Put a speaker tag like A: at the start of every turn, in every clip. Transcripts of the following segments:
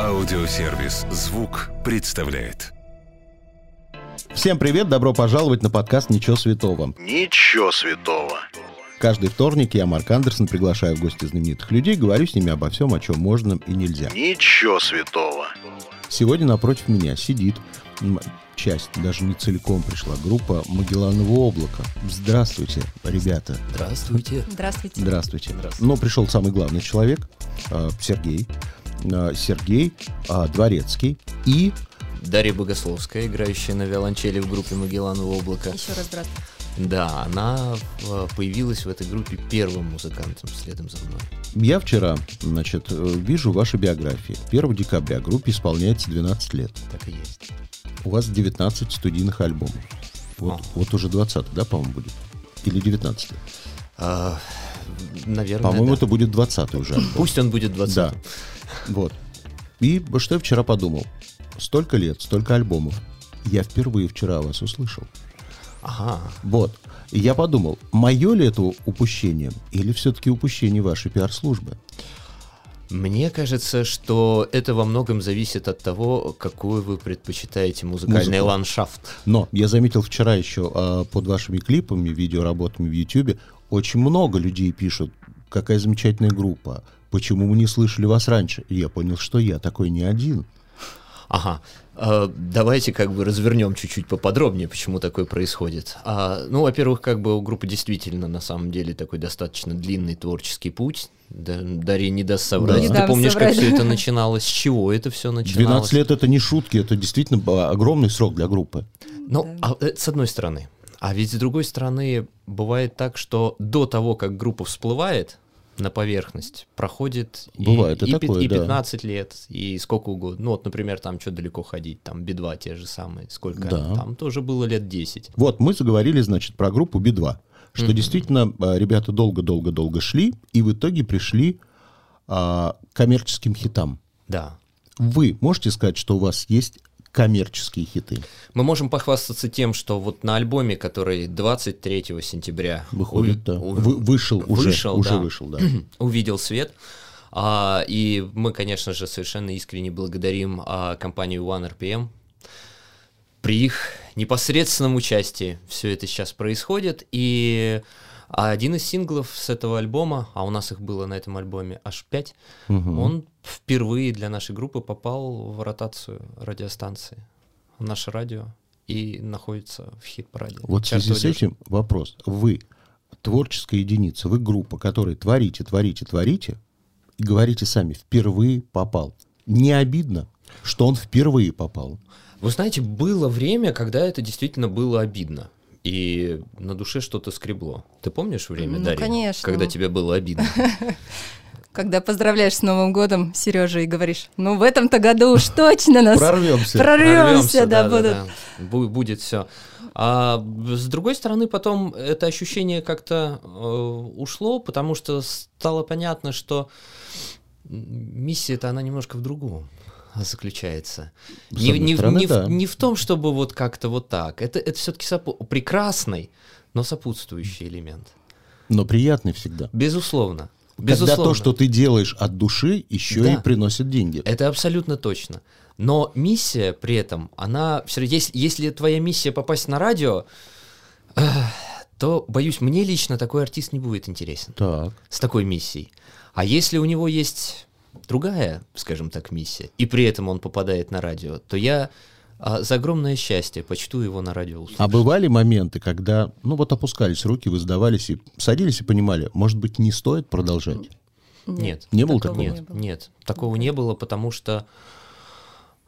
A: Аудиосервис «Звук» представляет.
B: Всем привет, добро пожаловать на подкаст «Ничего святого».
C: Ничего святого.
B: Каждый вторник я, Марк Андерсон, приглашаю в гости знаменитых людей, говорю с ними обо всем, о чем можно и нельзя.
C: Ничего святого.
B: Сегодня напротив меня сидит м, часть, даже не целиком пришла, группа «Магелланово облако». Здравствуйте, ребята.
D: Здравствуйте.
E: Здравствуйте.
B: Здравствуйте.
D: Здравствуйте.
B: Но пришел самый главный человек, э, Сергей. Э, Сергей э, Дворецкий и
D: Дарья Богословская, играющая на виолончели в группе Магелланово облако.
E: Еще раз здравствуйте.
D: Да, она э, появилась в этой группе первым музыкантом следом за мной.
B: Я вчера, значит, э, вижу ваши биографии. 1 декабря группе исполняется 12 лет.
D: Так и есть.
B: У вас 19 студийных альбомов. Вот,
D: О.
B: вот уже 20, да, по-моему, будет? Или 19?
D: А, наверное,
B: По-моему,
D: да.
B: это будет 20 уже. альбом.
D: Пусть он будет 20.
B: Да. Вот. И что я вчера подумал? Столько лет, столько альбомов. Я впервые вчера вас услышал.
D: Ага.
B: Вот. И я подумал, мое ли это упущение, или все-таки упущение вашей пиар-службы?
D: Мне кажется, что это во многом зависит от того, какой вы предпочитаете музыкальный
B: Музыку.
D: ландшафт.
B: Но я заметил вчера еще а, под вашими клипами, видеоработами в Ютубе, очень много людей пишут, какая замечательная группа, почему мы не слышали вас раньше. И я понял, что я такой не один.
D: Ага. Э, Давайте как бы развернем чуть-чуть поподробнее, почему такое происходит. А, Ну, во-первых, как бы у группы действительно на самом деле такой достаточно длинный творческий путь. Да- Дарья не даст соврать.
B: Да.
E: Не
D: Ты
E: дам
D: помнишь, как
E: соврать.
D: все это начиналось? С чего это все начиналось?
B: 12 лет это не шутки, это действительно а, огромный срок для группы.
D: Ну, а, э, с одной стороны. А ведь с другой стороны, бывает так, что до того, как группа всплывает на поверхность, проходит и-
B: Бывает и
D: и, пят-
B: такое,
D: и
B: да.
D: 15 лет, и сколько угодно. Ну, вот, например, там что далеко ходить, там Би-2 те же самые, сколько они?
B: Да.
D: там тоже было лет 10.
B: Вот, мы заговорили, значит, про группу Би-2, что
D: Мгм.
B: действительно а, ребята долго-долго-долго шли и в итоге пришли а, к коммерческим хитам.
D: Да.
B: Вы можете сказать, что у вас есть коммерческие хиты?
D: Мы можем похвастаться тем, что вот на альбоме, который 23 сентября
B: Выходит,
D: уви-
B: да.
D: у-
B: Вы- вышел, уже,
D: вышел,
B: уже
D: да.
B: вышел, да.
D: увидел свет. А, и мы, конечно же, совершенно искренне благодарим а, компанию OneRPM. При их непосредственном участии все это сейчас происходит. И один из синглов с этого альбома, а у нас их было на этом альбоме аж 5,
B: Мгм.
D: он впервые для нашей группы попал в ротацию радиостанции. в Наше радио и находится в хит-параде.
B: Вот в связи
D: Чартовой
B: с
D: деш-
B: этим вопрос. Вы творческая единица, вы группа, которая творите, творите, творите, и говорите сами, впервые попал. Не обидно, что он впервые попал.
D: Вы знаете, было время, когда это действительно было обидно. И на душе что-то скребло. Ты помнишь время,
E: Ну,
D: Дарья?
E: конечно.
D: Когда тебе было обидно.
E: Когда поздравляешь с Новым годом Сережа и говоришь, ну в этом-то году уж точно нас
B: Прорвемся.
E: прорвемся, да, будут.
D: да, да. Бу- Будет все. с другой стороны, потом это ощущение как-то э, ушло, потому что стало понятно, что миссия-то она немножко в другом заключается.
B: С
D: Не,
B: одной
D: не в-
B: стороны,
D: не в,
B: да.
D: не в том, чтобы вот как-то вот так. Это, это все-таки прекрасный, но сопутствующий элемент.
B: Но приятный всегда.
D: Безусловно.
B: Когда
D: Безусловно.
B: то, что ты делаешь от души, еще и
D: Да. Э,
B: приносит деньги.
D: Это абсолютно точно. Но миссия при этом, она все если, если твоя миссия попасть на радио, эх, то, боюсь, мне лично такой артист не будет интересен
B: Так.
D: с такой миссией. А если у него есть другая, скажем так, миссия, и при этом он попадает на радио, то я а, за огромное счастье почту его на радио. услышать.
B: А бывали моменты, когда, ну вот опускались руки, вы сдавались и садились и понимали, может быть, не стоит продолжать?
D: Нет.
B: Не было
E: Такого
B: такого?
D: Нет,
E: не было.
D: нет, такого не было, потому что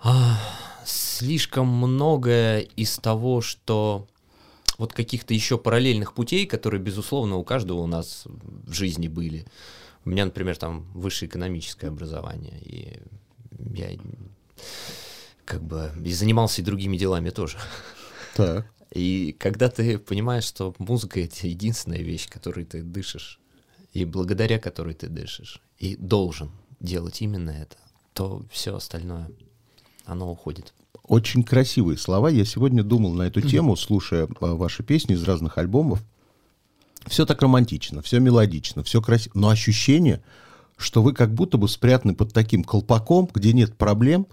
D: а, слишком многое из того, что вот каких-то еще параллельных путей, которые, безусловно, у каждого у нас в жизни были. У меня, например, там высшее экономическое образование, и я как бы и занимался и другими делами тоже.
B: Так.
D: И когда ты понимаешь, что музыка это единственная вещь, которой ты дышишь, и благодаря которой ты дышишь, и должен делать именно это, то все остальное, оно уходит.
B: Очень красивые слова. Я сегодня думал на эту тему, слушая а, ваши песни из разных альбомов. Все так романтично, все мелодично, все красиво. Но ощущение, что вы как будто бы спрятаны под таким колпаком, где нет проблем,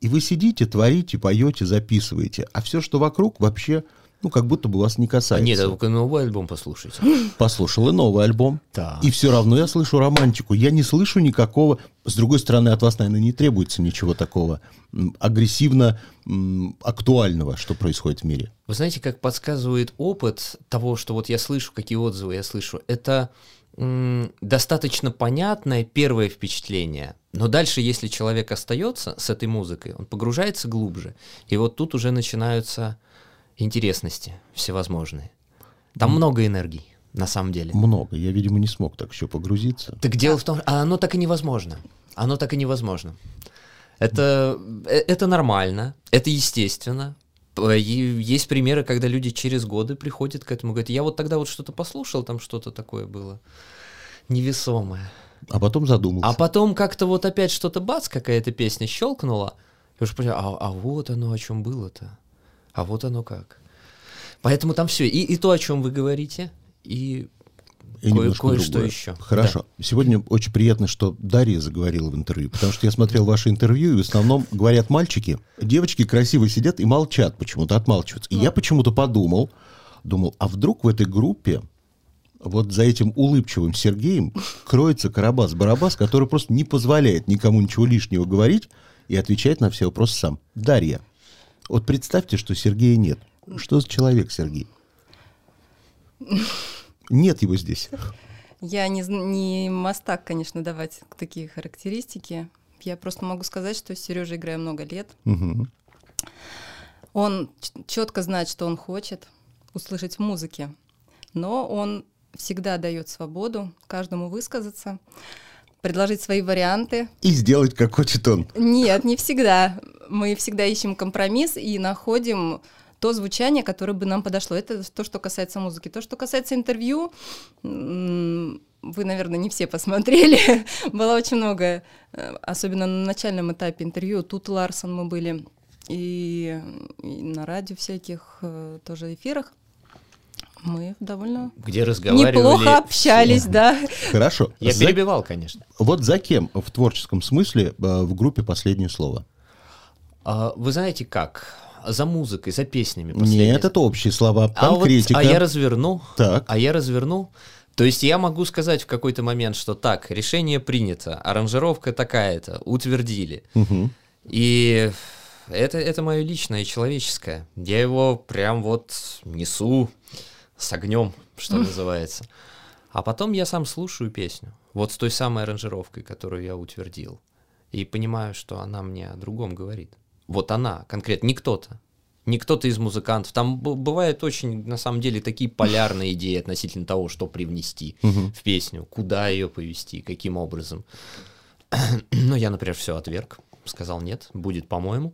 B: и вы сидите, творите, поете, записываете, а все, что вокруг, вообще, ну, как будто бы вас не
D: А
B: касается.
D: нет, а только новый альбом послушайте.
B: Послушал и новый альбом.
D: Так.
B: И все равно я слышу романтику. Я не слышу никакого... С другой стороны, от вас, наверное, не требуется ничего такого м, агрессивно м, актуального, что происходит в мире.
D: Вы знаете, как подсказывает опыт того, что вот я слышу, какие отзывы я слышу, это м, достаточно понятное первое впечатление. Но дальше, если человек остается с этой музыкой, он погружается глубже. И вот тут уже начинаются интересности всевозможные. Там много энергии, на самом деле.
B: Много. Я, видимо, не смог так еще погрузиться.
D: Так дело в том, что- а оно так и невозможно. Оно так и невозможно. Это, э, это нормально, это естественно. П- е- Есть примеры, когда люди через годы приходят к этому, говорят, я вот тогда вот что-то послушал, там что-то такое было невесомое.
B: А потом задумался.
D: А потом как-то вот опять что-то, бац, какая-то песня щелкнула. Я уже понял, а, а вот оно о чем было-то. А вот оно как. Поэтому там все. И, и то, о чем вы говорите, и
B: И
D: кое-
B: немножко
D: кое-что
B: другое.
D: еще.
B: Хорошо. Сегодня очень приятно, что Дарья заговорила в интервью, потому что я смотрел ваше интервью, и в основном говорят мальчики. Девочки красиво сидят и молчат почему-то, отмалчиваются. И я почему-то подумал, думал, а вдруг в этой группе вот за этим улыбчивым Сергеем кроется Карабас-Барабас, который просто не позволяет никому ничего лишнего говорить и отвечает на все вопросы сам. Дарья, вот представьте, что Сергея нет. Что за человек Сергей? Нет его здесь.
E: Я не, зн- не мастак, конечно, давать такие характеристики. Я просто могу сказать, что Сережа играя много лет.
B: Мгм.
E: Он четко знает, что он хочет услышать в музыке, но он всегда дает свободу каждому высказаться, предложить свои варианты.
B: И сделать, как хочет он.
E: Нет, не всегда. Мы всегда ищем компромисс и находим то звучание, которое бы нам подошло. Это то, что касается музыки. То, что касается интервью, м, вы, наверное, не все посмотрели. Было очень много, э, особенно на начальном этапе интервью. Тут Ларсон мы были и, и на радио всяких э, тоже эфирах. Мы довольно
D: где разговаривали...
E: неплохо общались, да.
B: Хорошо.
D: Я
B: За-
D: перебивал, конечно.
B: Вот за кем в творческом смысле э, в группе последнее слово?
D: А, вы знаете как? За музыкой, за песнями. последней.
B: Нет, это общие слова.
D: а, вот-
B: Конкретика.
D: а я разверну.
B: Так.
D: А я разверну. То есть я могу сказать в какой-то момент, что так, решение принято, аранжировка такая-то, утвердили.
B: Мгм.
D: И это, это мое личное, человеческое. Я его прям вот несу с огнем, что называется. А потом я сам слушаю песню. Вот с той самой аранжировкой, которую я утвердил. И понимаю, что она мне о другом говорит. Вот она, конкретно, не кто-то. Не кто-то из музыкантов. Там б- бывают очень, на самом деле, такие полярные идеи относительно того, что привнести
B: Мгм.
D: в песню, куда ее повести, каким образом. Но я, например, все отверг, сказал нет, будет по-моему.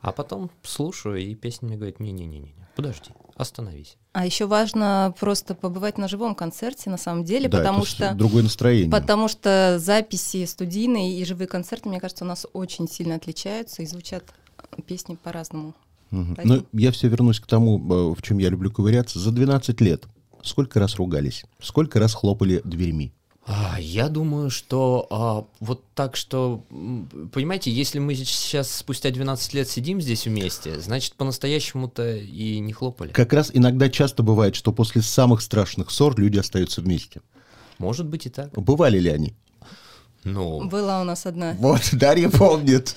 D: А потом слушаю, и песня мне говорит, не-не-не, подожди, остановись.
E: А еще важно просто побывать на живом концерте, на самом деле,
B: Да,
E: потому
B: это с-
E: что...
B: Другое настроение.
E: Потому что записи студийные и живые концерты, мне кажется, у нас очень сильно отличаются и звучат э, песни по-разному.
B: Мгм.
E: Поэтому-
B: Но я все вернусь к тому, э, в чем я люблю ковыряться. За 12 лет сколько раз ругались? Сколько раз хлопали дверьми?
D: А, я думаю, что а, вот так, что, м, понимаете, если мы сейчас спустя 12 лет сидим здесь вместе, значит, по-настоящему-то и не хлопали.
B: Как раз иногда часто бывает, что после самых страшных ссор люди остаются вместе.
D: Может быть и так.
B: Бывали ли они?
D: Ну,
E: Была у нас одна.
B: Вот, Дарья помнит.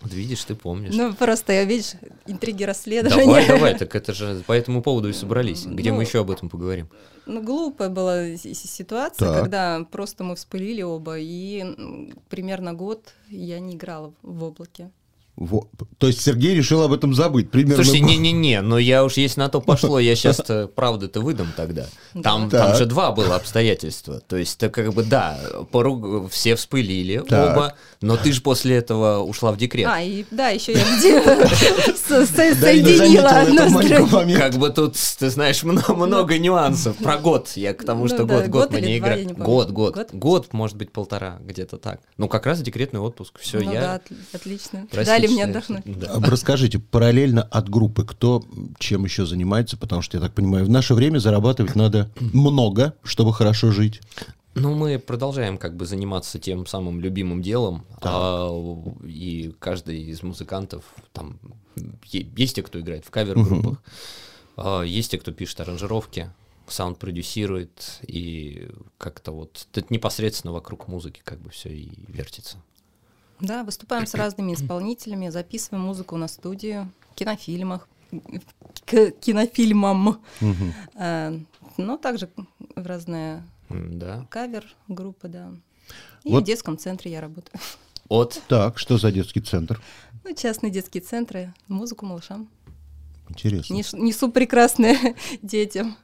D: вот видишь, ты помнишь.
E: Ну, просто, я, видишь, интриги расследования.
D: Давай, давай, так это же по этому поводу и собрались. Где
E: Ну,
D: мы еще об этом поговорим?
E: Ну, глупая была и- и ситуация,
B: Так.
E: когда просто мы вспылили оба, и м, примерно год я не играла в облаке.
B: Во- То есть Сергей решил об этом забыть. Примерно
D: Слушайте, не-не-не, но я уж если на то пошло, я сейчас то правда-то выдам тогда. Там,
B: Да.
D: там
B: Так.
D: же два было обстоятельства. То есть, так как бы да, поруг- все вспылили
B: Так.
D: оба, но ты же после этого ушла в декрет.
E: А, и да, еще я где со- со-
B: Да, я не заметил
E: соединила одно
B: этого
E: с
B: маленького
E: другим.
B: момента.
D: Как бы тут, ты знаешь, много, много нюансов. Про год я к тому,
E: Ну
D: что
E: да,
D: год,
E: год
D: год мы
E: или
D: не
E: два, я
D: играем.
E: не помню.
D: Год, год.
E: Год?
D: Год, может быть, полтора, где-то так. Ну, как раз декретный отпуск. Все,
E: Ну да,
D: я...
E: от- отлично.
D: простите,
E: Дали мне
D: что-
E: отдохнуть.
B: А
D: Да.
B: Расскажите, параллельно от группы, кто чем еще занимается, потому что, я так понимаю, в наше время зарабатывать надо много, чтобы хорошо жить.
D: Ну, мы продолжаем как бы заниматься тем самым любимым делом,
B: Да.
D: а, и каждый из музыкантов, там, е- есть те, кто играет в кавер-группах, а, есть те, кто пишет аранжировки, саунд продюсирует, и как-то вот это непосредственно вокруг музыки как бы все и вертится.
E: Да, выступаем с разными исполнителями, записываем музыку на студию, в кинофильмах, к кинофильмам,
B: Мгм.
E: Э, но также в разные
D: М, Да.
E: кавер-группы, да. И
B: Вот.
E: в детском центре я работаю.
D: От
B: Так, что за детский центр?
E: Ну, частные детские центры, музыку малышам.
B: Интересно.
E: Нес- Несу прекрасное детям.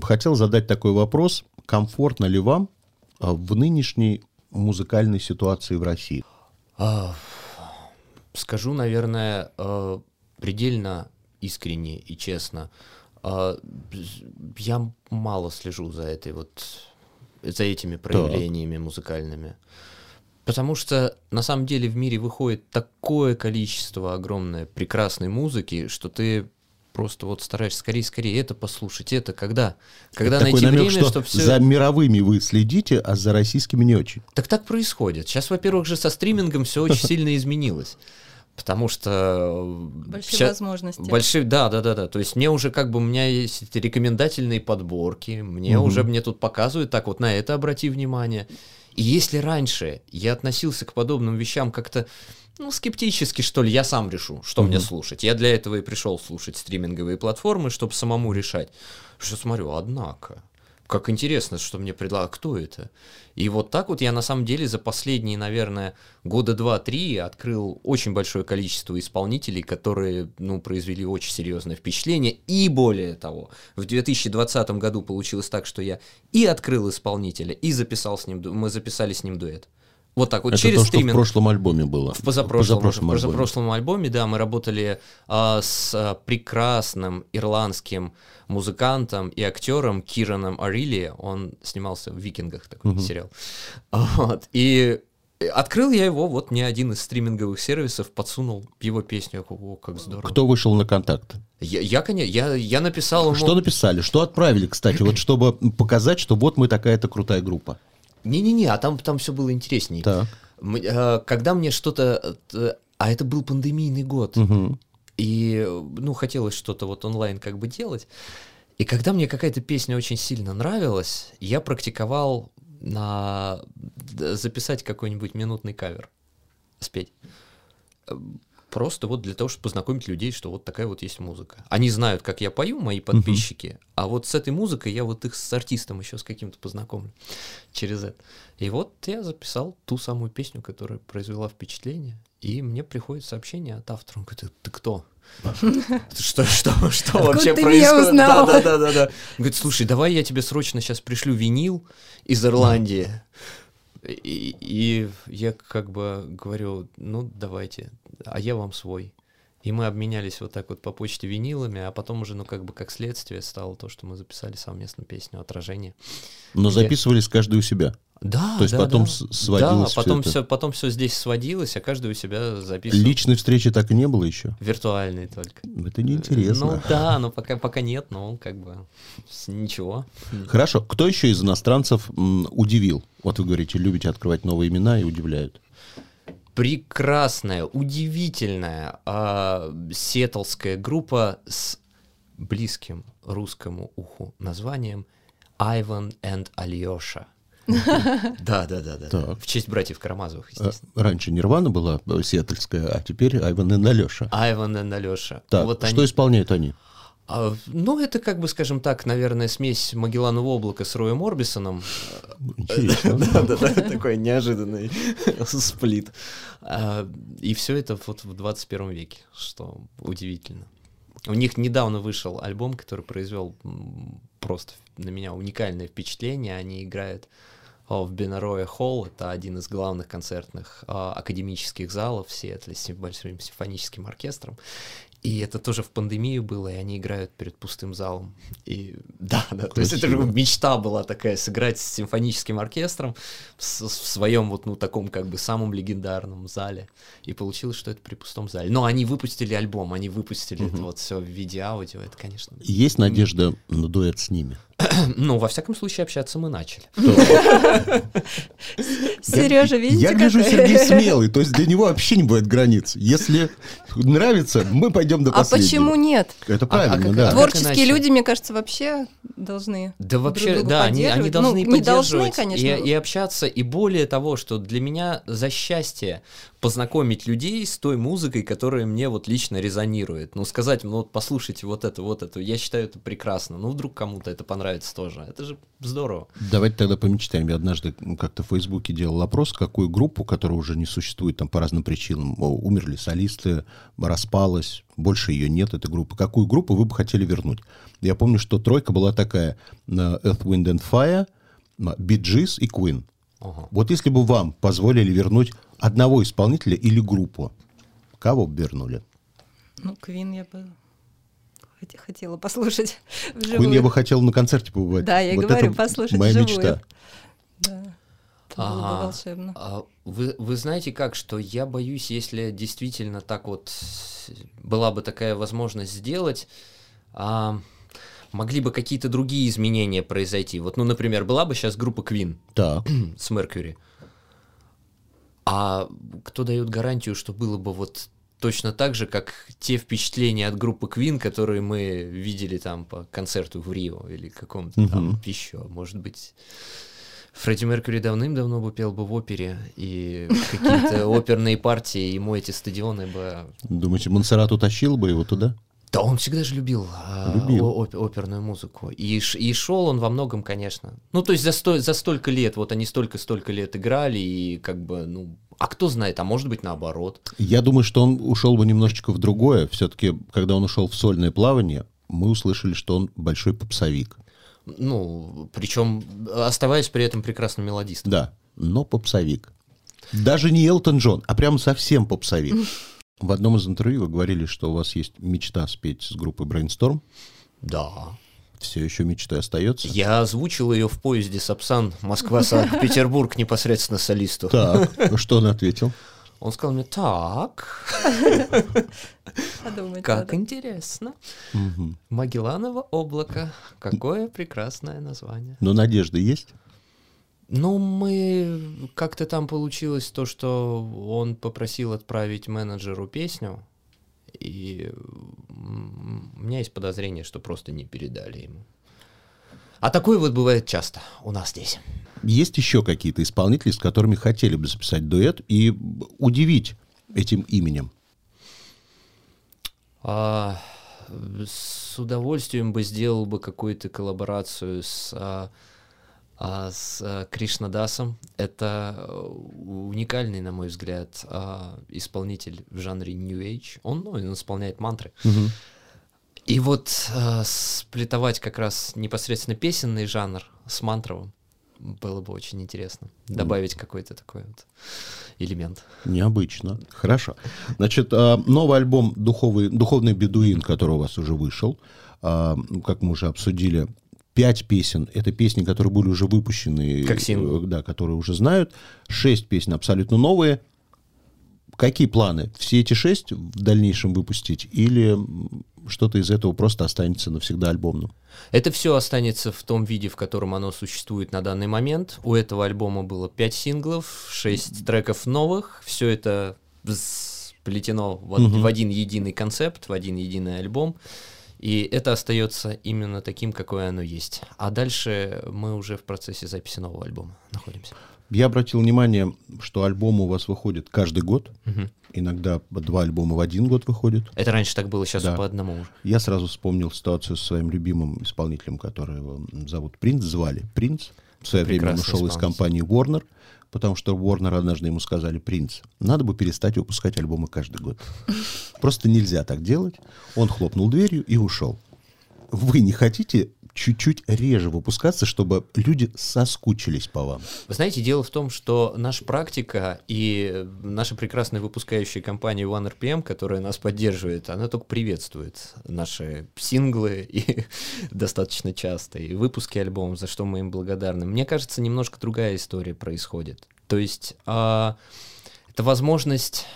B: Хотел задать такой вопрос. Комфортно ли вам а, в нынешней музыкальной ситуации в России?
D: А, Скажу, наверное, э, предельно искренне и честно. А, з- Я мало слежу за этой вот за этими проявлениями музыкальными. Потому что на самом деле в мире выходит такое количество огромное прекрасной музыки, что ты просто вот стараешься скорее, скорее это послушать, это когда, когда
B: Такой
D: найти
B: намек,
D: время,
B: что
D: чтобы все.
B: за мировыми вы следите, а за российскими не очень.
D: Так так происходит. Сейчас, во-первых, же со стримингом все очень сильно изменилось. Потому что... э,
E: Большие
D: ща-
E: возможности.
D: Большие, да, да, да, да. То есть мне уже как бы у меня есть эти рекомендательные подборки, мне
B: Мгм.
D: уже мне тут показывают, так вот на это обрати внимание. И если раньше я относился к подобным вещам как-то, ну, скептически, что ли, я сам решу, что мне
B: Мгм.
D: слушать. Я для этого и пришел слушать стриминговые платформы, чтобы самому решать. Что смотрю, однако, как интересно, что мне предлагают, кто это? И вот так вот я на самом деле за последние, наверное, года два-три открыл очень большое количество исполнителей, которые, ну, произвели очень серьезное впечатление. И более того, в 2020 году получилось так, что я и открыл исполнителя, и записал с ним, ду- мы записали с ним дуэт. Вот так вот,
B: Это
D: через
B: то, что в
D: стриминг.
B: прошлом альбоме было.
D: В позапрошлом, в позапрошлом,
B: позапрошлом альбоме.
D: альбоме, да, мы работали а, с а, прекрасным ирландским музыкантом и актером Кираном Арили. Он снимался в «Викингах», такой
B: Мгм.
D: сериал. Вот. И открыл я его, вот мне один из стриминговых сервисов подсунул его песню. Я такой, О, как здорово.
B: Кто вышел на контакт?
D: Я, я, конечно, я, я написал ему...
B: Что написали? Что отправили, кстати, вот чтобы показать, что вот мы такая-то крутая группа.
D: Не-не-не, а там, там все было интереснее.
B: Так.
D: М- э, Когда мне что-то... э, А это был пандемийный год.
B: Мгм.
D: И, ну, хотелось что-то вот онлайн как бы делать. И когда мне какая-то песня очень сильно нравилась, я практиковал на д- записать какой-нибудь минутный кавер, спеть. Эм, Просто вот для того, чтобы познакомить людей, что вот такая вот есть музыка. Они знают, как я пою, мои подписчики, а вот с этой музыкой я вот их с артистом еще с каким-то познакомлю через это. И вот я записал ту самую песню, которая произвела впечатление, и мне приходит сообщение от автора. Он говорит, ты кто? Что, что, что вообще
E: ты меня
D: происходит? Да,
E: узнал?
D: да, да, да, да. Он Говорит, слушай, давай я тебе срочно сейчас пришлю винил из Ирландии. И, и я как бы говорю, ну давайте, а я вам свой. И мы обменялись вот так вот по почте винилами, а потом уже, ну как бы как следствие стало то, что мы записали совместную песню «Отражение».
B: Но записывались каждый у себя.
D: Да,
B: То есть
D: да,
B: потом
D: да.
B: с- сводилось
D: Да,
B: всё
D: потом
B: это?
D: все, потом все здесь сводилось, а каждый у себя записывал.
B: Личной встречи так и не было еще.
D: Виртуальный только.
B: Это неинтересно.
D: Ну да, но пока, пока нет, но как бы с- ничего.
B: Хорошо. Кто еще из иностранцев м, удивил? Вот вы говорите, любите открывать новые имена и удивляют.
D: прекрасная, удивительная а, сиэтлская группа с близким русскому уху названием Айван and Алеша. Да, да, да, да.
B: Так.
D: В честь братьев Карамазовых,
B: Э,
D: естественно.
B: Раньше Нирвана была э, сиэтльская, а теперь Айван и Алеша.
D: Айван and Алеша.
B: Так, что исполняют они?
D: А, ну, это как бы, скажем так, наверное, смесь Магелланова облака с Роем Орбисоном.
B: Интересно.
D: Да-да-да, такой неожиданный сплит. А, И все это вот в 21 веке, что удивительно. У них недавно вышел альбом, который произвел м, просто на меня уникальное впечатление. Они играют о, в Бенароя Холл, это один из главных концертных а, академических залов в Сиэтле с большим симфоническим оркестром. И это тоже в пандемию было, и они играют перед пустым залом. И да, да, то есть это же
B: Красиво.
D: мечта была такая, сыграть с симфоническим оркестром с- в своем вот, ну, таком как бы самом легендарном зале. И получилось, что это при пустом зале. Но они выпустили альбом, они выпустили это вот все в виде аудио, это, конечно...
B: Есть надежда на дуэт с ними?
D: Ну, во всяком случае, общаться мы начали.
E: Сережа, видите,
B: Я вижу,
E: какой?
B: Сергей смелый, то есть для него вообще не будет границ. Если нравится, мы пойдем до
E: А
B: последнего.
E: почему нет?
B: Это
D: А- а
B: правильно,
D: как-
B: да.
D: а
E: Творческие
D: иначе?
E: люди, мне кажется, вообще должны.
D: Да
E: друг
D: вообще,
E: друга
D: да, они, они
E: поддерживать. Ну,
D: должны
E: не должны,
D: поддерживать
E: конечно.
D: и, и общаться. И более того, что для меня за счастье познакомить людей с той музыкой, которая мне вот лично резонирует. Ну, сказать, ну вот послушайте вот это, вот это, я считаю это прекрасно. Ну, вдруг кому-то это понравится тоже. Это же здорово.
B: Давайте тогда помечтаем. Я однажды м, как-то в Фейсбуке делал опрос, какую группу, которая уже не существует там по разным причинам, о, умерли солисты, распалась, больше ее нет, этой группы. Какую группу вы бы хотели вернуть? Я помню, что тройка была такая, э, Earth, Wind and Fire, м, Bee Gees и Queen.
D: Ага.
B: Вот если бы вам позволили вернуть одного исполнителя или группу, кого бы вернули?
E: Ну, Квин я бы хот- хотела послушать вживую.
B: Queen я бы хотел на концерте побывать.
E: Да, я и
B: Вот
E: говорю,
B: это
E: послушать
B: моя
E: вживую.
B: мечта.
E: Да. Это было бы
D: Ага.
E: волшебно.
D: А Вы, вы знаете как, что я боюсь, если действительно так вот с- была бы такая возможность сделать, а, могли бы какие-то другие изменения произойти. Вот, ну, например, была бы сейчас группа Queen
B: Так,
D: с Меркьюри. А кто дает гарантию, что было бы вот точно так же, как те впечатления от группы Queen, которые мы видели там по концерту в Рио или каком-то там
B: Мгм.
D: еще. Может быть, Фредди Меркьюри давным-давно бы пел бы в опере, и какие-то оперные партии ему эти стадионы бы...
B: думаете, Монсеррат утащил бы его туда?
D: Да он всегда же любил, а,
B: Любил.
D: о- оп- оперную музыку. И, ш- и шел он во многом, конечно. Ну, то есть за, сто- за столько лет, вот они столько-столько лет играли, и как бы, ну... А кто знает, а может быть наоборот.
B: Я думаю, что он ушел бы немножечко в другое. Все-таки, когда он ушел в сольное плавание, мы услышали, что он большой попсовик.
D: Ну, причем оставаясь при этом прекрасным мелодистом.
B: Да, но попсовик. Даже не Элтон Джон, а прям совсем попсовик. В одном из интервью вы говорили, что у вас есть мечта спеть с группой Brainstorm.
D: Да.
B: Все еще мечтой остается.
D: Я озвучил ее в поезде Сапсан Москва-Санкт-Петербург непосредственно солисту.
B: Так, а что он ответил?
D: Он сказал мне, так,
E: Подумать
D: как
E: надо.
D: интересно.
B: Мгм.
D: Магелланово облако. Какое прекрасное название.
B: Но надежда есть?
D: Ну, мы как-то там получилось то, что он попросил отправить менеджеру песню, и м, у меня есть подозрение, что просто не передали ему. А такое вот бывает часто у нас здесь.
B: Есть еще какие-то исполнители, с которыми хотели бы записать дуэт и удивить этим именем?
D: А, с удовольствием бы сделал бы какую-то коллаборацию с, а, а, с а, Кришнадасом. Это э, уникальный, на мой взгляд, а, исполнитель в жанре New Age. Он, ну, он исполняет мантры. И вот а, сплетовать как раз непосредственно песенный жанр с мантровым было бы очень интересно. Добавить какой-то такой вот элемент.
B: Необычно. Хорошо. Значит, а, новый альбом «Духовый- «Духовный бедуин», который у вас уже вышел, а, ну, как мы уже обсудили, пять песен. Это песни, которые были уже выпущены.
D: Как синглы.
B: э, Да, которые уже знают. Шесть песен абсолютно новые. Какие планы? Все эти шесть в дальнейшем выпустить? Или м, что-то из этого просто останется навсегда альбомным?
D: Это все останется в том виде, в котором оно существует на данный момент. У этого альбома было 5 синглов, 6 треков новых. Все это сплетено в, од- в один единый концепт, в один единый альбом. И это остается именно таким, какое оно есть. А дальше мы уже в процессе записи нового альбома находимся.
B: Я обратил внимание, что альбомы у вас выходят каждый год. Иногда два альбома в один год выходят.
D: Это раньше так было, сейчас
B: Да.
D: по одному уже.
B: Я сразу вспомнил ситуацию с своим любимым исполнителем, которого зовут Принц, звали Принц. В свое время он
D: Прекрасный
B: ушел из
D: исполнитель.
B: компании Warner, потому что Warner однажды ему сказали, Принц, надо бы перестать выпускать альбомы каждый год. Просто нельзя так делать. Он хлопнул дверью и ушел. Вы не хотите чуть-чуть реже выпускаться, чтобы люди соскучились по вам?
D: Вы знаете, дело в том, что наша практика и э, наша прекрасная выпускающая компания OneRPM, которая нас поддерживает, она только приветствует наши синглы и достаточно часто, и выпуски альбомов, за что мы им благодарны. Мне кажется, немножко другая история происходит. То есть а, это возможность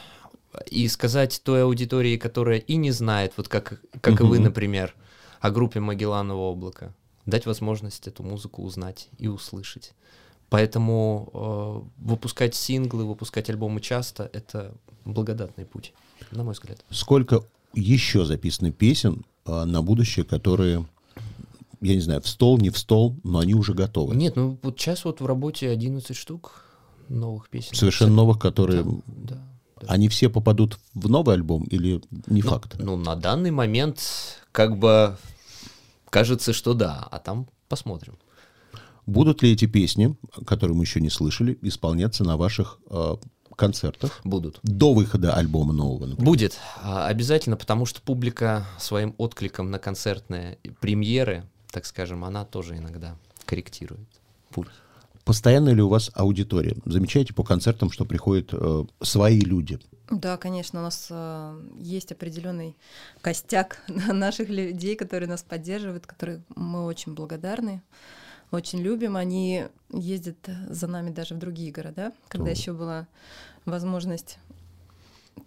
D: э, и сказать той аудитории, которая и не знает, вот как, как и вы, например, о группе Магелланово облако. дать возможность эту музыку узнать и услышать. Поэтому э, выпускать синглы, выпускать альбомы часто — это благодатный путь, на мой взгляд.
B: Сколько еще записано песен а, на будущее, которые, я не знаю, в стол, не в стол, но они уже готовы?
D: Нет, ну вот сейчас вот в работе 11 штук новых песен.
B: Совершенно новых, которые...
D: Да. да.
B: Они все попадут в новый альбом или не
D: Ну,
B: факт?
D: Ну, на данный момент как бы кажется, что да, а там посмотрим.
B: Будут ли эти песни, которые мы еще не слышали, исполняться на ваших э, концертах
D: Будут.
B: до выхода альбома нового? например?
D: Будет, а, обязательно, потому что публика своим откликом на концертные премьеры, так скажем, она тоже иногда корректирует путь.
B: Постоянно ли у вас аудитория? Замечаете по концертам, что приходят э, свои люди?
E: Да, конечно, у нас э, есть определенный костяк наших людей, которые нас поддерживают, которые мы очень благодарны, очень любим. Они ездят за нами даже в другие города, когда
B: Здорово.
E: еще была возможность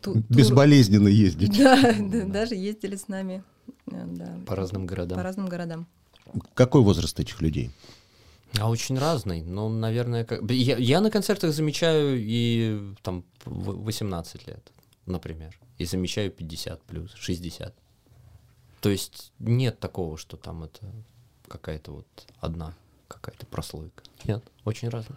E: ту- тур-
B: Безболезненно ездить.
E: Да, да, даже ездили с нами э, да,
D: По разным городам.
E: по разным городам.
B: Какой возраст этих людей?
D: А очень разный. Ну, наверное, как... б- я, я на концертах замечаю и там в- 18 лет, например. И замечаю 50 плюс, 60. То есть нет такого, что там это какая-то вот одна какая-то прослойка. Нет, очень разно.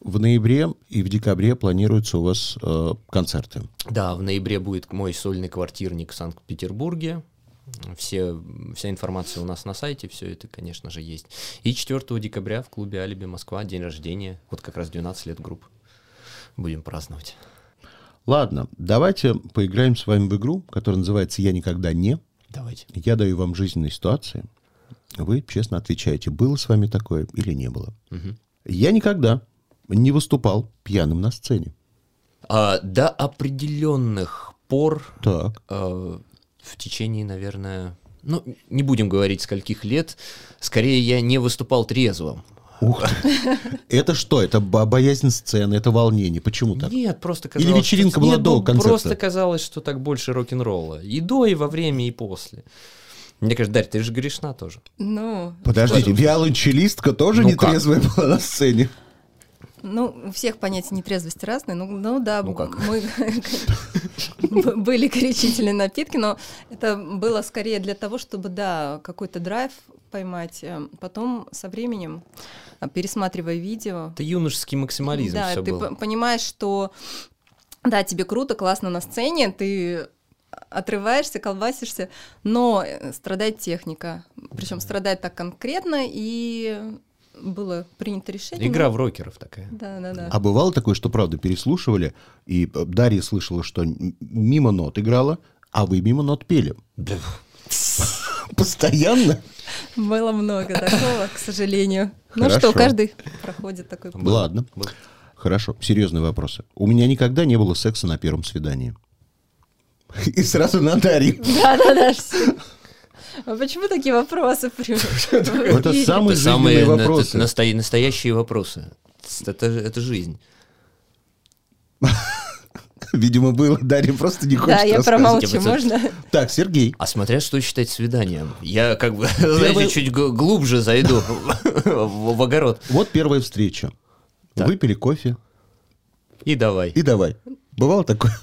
B: В ноябре и в декабре планируются у вас э, концерты.
D: Да, в ноябре будет мой сольный квартирник в Санкт-Петербурге. Все, вся информация у нас на сайте, все это, конечно же, есть. И 4 декабря в клубе «Алиби Москва» день рождения. Вот как раз 12 лет групп. Будем праздновать.
B: Ладно, давайте поиграем с вами в игру, которая называется «Я никогда не».
D: Давайте.
B: Я даю вам жизненные ситуации. Вы честно отвечаете, было с вами такое или не было. Я никогда не выступал пьяным на сцене.
D: А, до определенных пор
B: Так.
D: э, в течение, наверное, ну, не будем говорить, скольких лет, скорее я не выступал трезвым.
B: Ух ты. Это что? Это бо- боязнь сцены, это волнение. Почему Ну, так?
D: Нет, просто
B: Или
D: казалось...
B: вечеринка
D: что-
B: была
D: Нет,
B: до
D: ну,
B: концерта?
D: Просто казалось, что так больше рок-н-ролла. И до, и во время, и после. Мне кажется, Дарь, ты же грешна тоже.
E: Ну,
B: Подождите, виолончелистка тоже
D: Ну
B: не
D: как?
B: трезвая была на сцене.
E: Ну, у всех понятия нетрезвости разные. Ну, ну да,
D: Ну как?
E: мы б- были горячительные напитки, но это было скорее для того, чтобы, да, какой-то драйв поймать. Э, Потом со временем, а, пересматривая видео,
D: Это юношеский максимализм
E: да,
D: все
E: ты
D: было.
E: по- понимаешь, что да, тебе круто, классно на сцене, ты отрываешься, колбасишься, но э, страдает техника. Причем страдает так конкретно, и было принято решение.
D: Игра
E: ну,
D: в рокеров такая.
E: Да, да, да.
B: А бывало такое, что правда переслушивали, и э, Дарья слышала, что м- мимо нот играла, а вы мимо нот пели.
D: Да.
B: Постоянно?
E: Было много такого, к сожалению. Ну
B: Хорошо.
E: что, каждый проходит такой путь.
B: Ладно. Хорошо, серьезные вопросы. У меня никогда не было секса на первом свидании. И сразу на Дарью.
E: Да-да-да. всё. А почему такие вопросы? прям?
B: Это
E: И-
B: самые
D: Это самые
B: жизненные
D: на- это
B: вопросы.
D: насто- настоящие вопросы. Ц- Это, же- это жизнь.
B: Видимо, было. Дарья просто не хочет
E: Да, я
B: рассказывать.
E: промолчу,
D: Я бы-
E: можно?
B: Так, Сергей.
D: А смотря что считать свиданием. Я как бы, знаете, чуть г- глубже зайду в в огород.
B: Вот первая встреча. Выпили кофе.
D: И давай.
B: И давай. Бывало такое?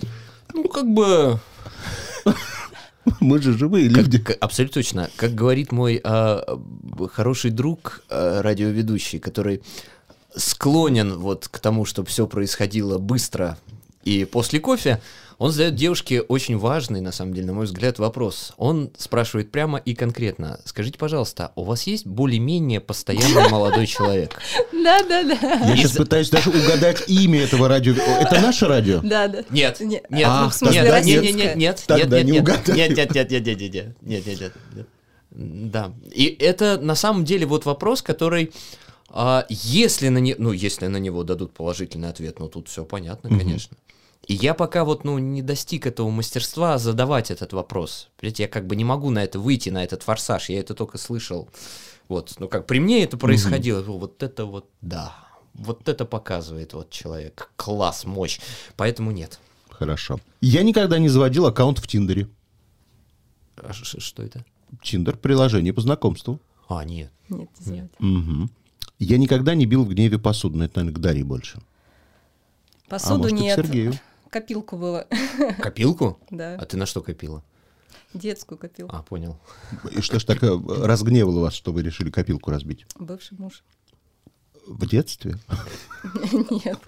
D: Ну, как бы...
B: Мы же живые люди.
D: К- Абсолютно точно. Как говорит мой а, б- хороший друг, а, радиоведущий, который склонен вот к тому, чтобы все происходило быстро и после кофе, он задает девушке очень важный, на самом деле, на мой взгляд, вопрос. Он спрашивает прямо и конкретно. Скажите, пожалуйста, у вас есть более-менее постоянный молодой человек?
E: Да-да-да.
B: Я сейчас пытаюсь даже угадать имя этого радио. Это наше радио?
E: Да-да.
D: Нет,
E: Не-
D: нет,
B: А,
D: ну, в смысле,
B: тогда
D: нет,
E: нет.
D: нет, нет, нет,
B: Тогда
D: нет,
B: не
D: нет,
B: угадаю.
D: нет, нет, нет, нет, нет, нет, нет, нет, нет, нет, нет. да. И это на самом деле вот вопрос, который, а, если на не, ну, если на него дадут положительный ответ, ну тут все понятно, конечно. И я пока вот, ну, не достиг этого мастерства задавать этот вопрос. Понимаете, я как бы не могу на это выйти, на этот форсаж, я это только слышал. Вот, ну как при мне это происходило, Ну, вот это вот, да, вот это показывает вот человек, класс, мощь, поэтому нет.
B: Хорошо. Я никогда не заводил аккаунт в Тиндере.
D: А ш- ш- что это?
B: Тиндер – приложение по знакомству.
D: А, нет.
E: Нет, не сделать.
B: Мгм. Я никогда не бил в гневе посуду, но это, наверное, к Дарье больше. а
E: Посуду
B: может, и к
E: нет.
B: Сергею.
E: Копилку было,
D: Копилку?
E: да.
D: А ты на что копила?
E: Детскую копилку.
D: А, понял.
B: И что ж так э, разгневало вас, что вы решили копилку разбить?
E: Бывший муж.
B: В детстве?
E: Нет.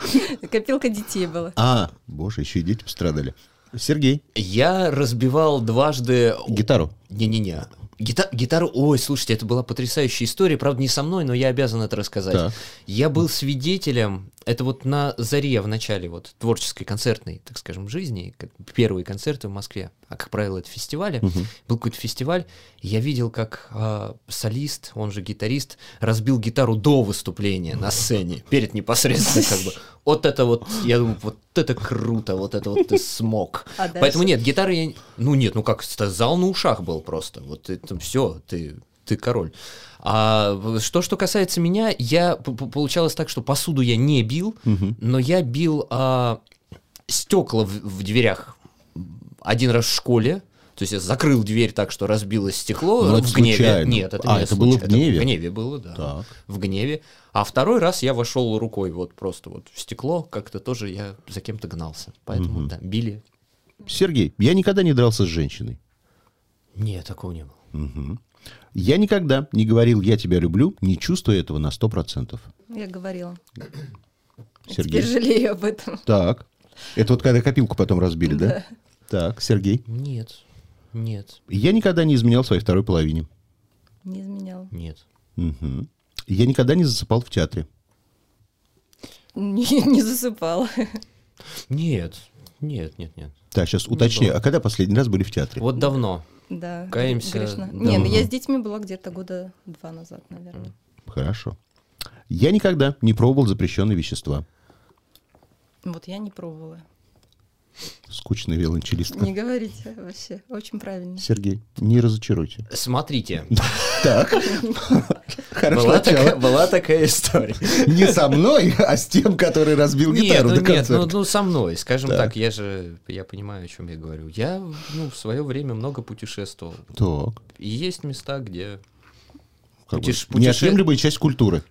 E: Копилка детей была.
B: А, боже, еще и дети пострадали. Сергей,
D: Я разбивал дважды...
B: гитару.
D: Не-не-не. Гита- гитару... Ой, слушайте, это была потрясающая история. Правда, не со мной, но я обязан это рассказать.
B: Так.
D: Я был свидетелем, это вот на заре в начале вот творческой, концертной, так скажем, жизни, как первые концерты в Москве, а как правило это фестивали, был какой-то фестиваль, и я видел, как а, солист, он же гитарист, разбил гитару до выступления на сцене, перед непосредственно как бы. Вот это вот, я думаю, вот это круто, вот это вот ты смог.
E: А дальше?
D: Поэтому нет, гитары я... не- Ну нет, ну как, ста- зал на ушах был просто. Вот это все, ты, ты король. А в- что, что касается меня, я... п- п- Получалось так, что посуду я не бил, но я бил а, стекла в, в дверях один раз в школе. То есть я закрыл дверь так, что разбилось стекло
B: Ну, это
D: в гневе.
B: случайно.
D: Нет, это
B: А,
D: не
B: это было в
D: случайно.
B: гневе?
D: в гневе было, да.
B: Так.
D: В гневе. А второй раз я вошел рукой вот просто вот в стекло, как-то тоже я за кем-то гнался. Поэтому, да, били
B: Сергей, я никогда не дрался с женщиной.
D: Нет, такого не было.
B: Я никогда не говорил «я тебя люблю», не чувствуя этого на 100%.
E: Я говорила. И
B: Сергей.
E: Теперь жалею об этом.
B: Так. Это вот когда копилку потом разбили, да? Так, Сергей.
D: Нет, нет,
B: Я никогда не изменял своей второй половине.
E: Не изменяла.
D: нет.
B: Мгм. Я никогда не засыпал в театре.
E: Не, не засыпала.
D: Нет, нет, нет, нет.
B: Так, сейчас уточняю. А когда последний раз были в театре?
D: Ну Вот давно.
E: Да.
D: Каемся,
E: грешна.
D: да.
E: Не, ну я с детьми была где-то года два назад, наверное.
B: Хорошо. Я никогда не пробовал запрещенные вещества.
E: Вот я не пробовала.
B: Скучный виолончелистка.
E: Не говорите вообще. Очень правильно.
B: Сергей, не разочаруйте.
D: Смотрите,
B: Так. Хорошо.
D: была, такая,
B: начало.
D: была такая история.
B: Не со мной, а с тем, который разбил
D: Нет,
B: гитару
D: ну,
B: до
D: нет, ну,
B: концерта.
D: ну, со мной, скажем
B: Так.
D: так, я же, я понимаю, о чем я говорю. Я, ну, в свое время много путешествовал.
B: Так.
D: И есть места, где,
B: как бы
D: Путеш- ну, путеше-
B: Неотъемлемая часть культуры.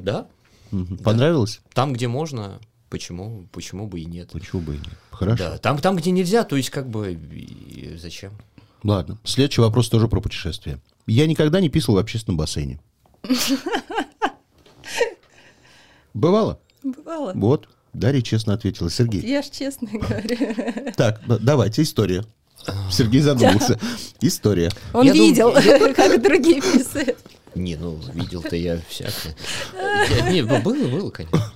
D: да,
B: Мгм. Понравилось?
D: там, где можно, почему, почему бы и нет.
B: Почему бы и нет? Хорошо.
D: Да, там, там, где нельзя, то есть как бы и зачем?
B: Ладно. Следующий вопрос тоже про путешествия. Я никогда не писал в общественном бассейне. Бывало?
E: Бывало.
B: Вот. Дарья честно ответила. Сергей.
E: Я ж честно говорю.
B: Так, да- давайте, история. Сергей задумался. История.
E: Он
D: Я дум-
E: видел, как другие писали.
D: Не, ну, видел-то я всякое. Я- Не, ну, было, было, конечно.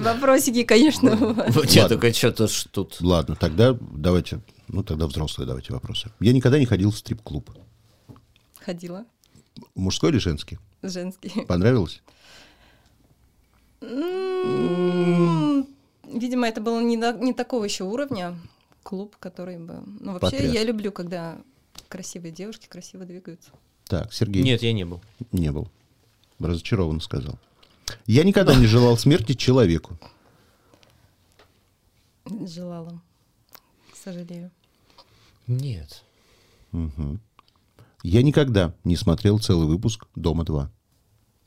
E: Вопросики, конечно, бывают.
D: Вот Я только что-то ж тут...
B: Ладно, тогда давайте. Ну, тогда взрослые давайте вопросы. Я никогда не ходил в стрип-клуб.
E: Ходила.
B: Мужской или женский?
E: Женский.
B: Понравилось?
E: М, Видимо, это было не, на- не такого еще уровня клуб, который бы... Ну, вообще,
B: Потряс.
E: я люблю, когда красивые девушки красиво двигаются.
B: Так, Сергей.
D: Нет, я не был.
B: Не был. Разочарованно сказал. Я никогда не желал смерти человеку.
E: Желала. К сожалению.
D: Нет.
B: Я никогда не смотрел целый выпуск «Дома-2».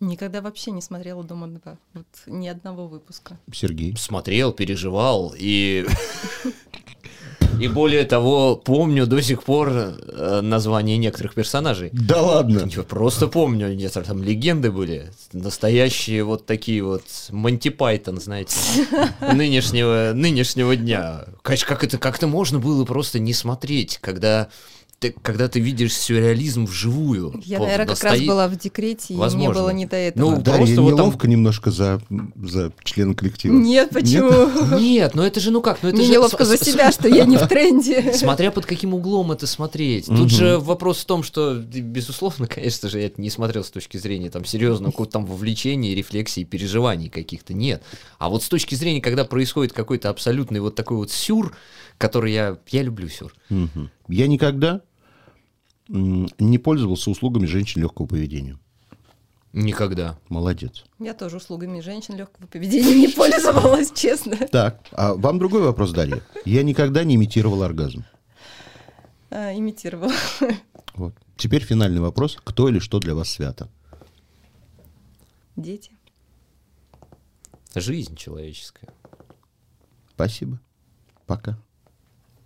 E: Никогда вообще не смотрела «Дома 2». Вот ни одного выпуска.
B: Сергей.
D: Смотрел, переживал и... И более того, помню до сих пор э, название некоторых персонажей.
B: Да ладно.
D: Я просто помню, они там там легенды были, настоящие вот такие вот Монти Пайтон, знаете, нынешнего, нынешнего дня. Конечно, как это как-то можно было просто не смотреть, когда ты, когда ты видишь сюрреализм вживую.
E: Я,
D: По-
E: наверное, как раз
D: настои-
E: была в декрете, и мне
D: Возможно.
E: было не до
D: Ну,
E: этого.
D: да,
B: Дарья,
D: просто вот там-
B: неловко немножко за, за члена коллектива.
E: Нет, почему?
D: Нет, ну это же, ну как, ну это
E: Мне
D: же...
E: неловко
D: с-
E: за
D: с-
E: себя, что я не в тренде.
D: Смотря под каким углом это смотреть. Тут же вопрос в том, что, ты, безусловно, конечно же, я это не смотрел с точки зрения там серьезного какого-то там вовлечения, рефлексии, переживаний каких-то. Нет. А вот с точки зрения, когда происходит какой-то абсолютный вот такой вот сюр, который я... Я люблю сюр.
B: Мгм. Я никогда м, не пользовался услугами женщин легкого поведения.
D: Никогда.
B: Молодец.
E: Я тоже услугами женщин легкого поведения не пользовалась, честно.
B: Так, а вам другой вопрос, Дарья. Я никогда не имитировал оргазм.
E: э, имитировала.
B: Вот. Теперь финальный вопрос. Кто или что для вас свято?
E: Дети.
D: Жизнь человеческая.
B: Спасибо. Пока.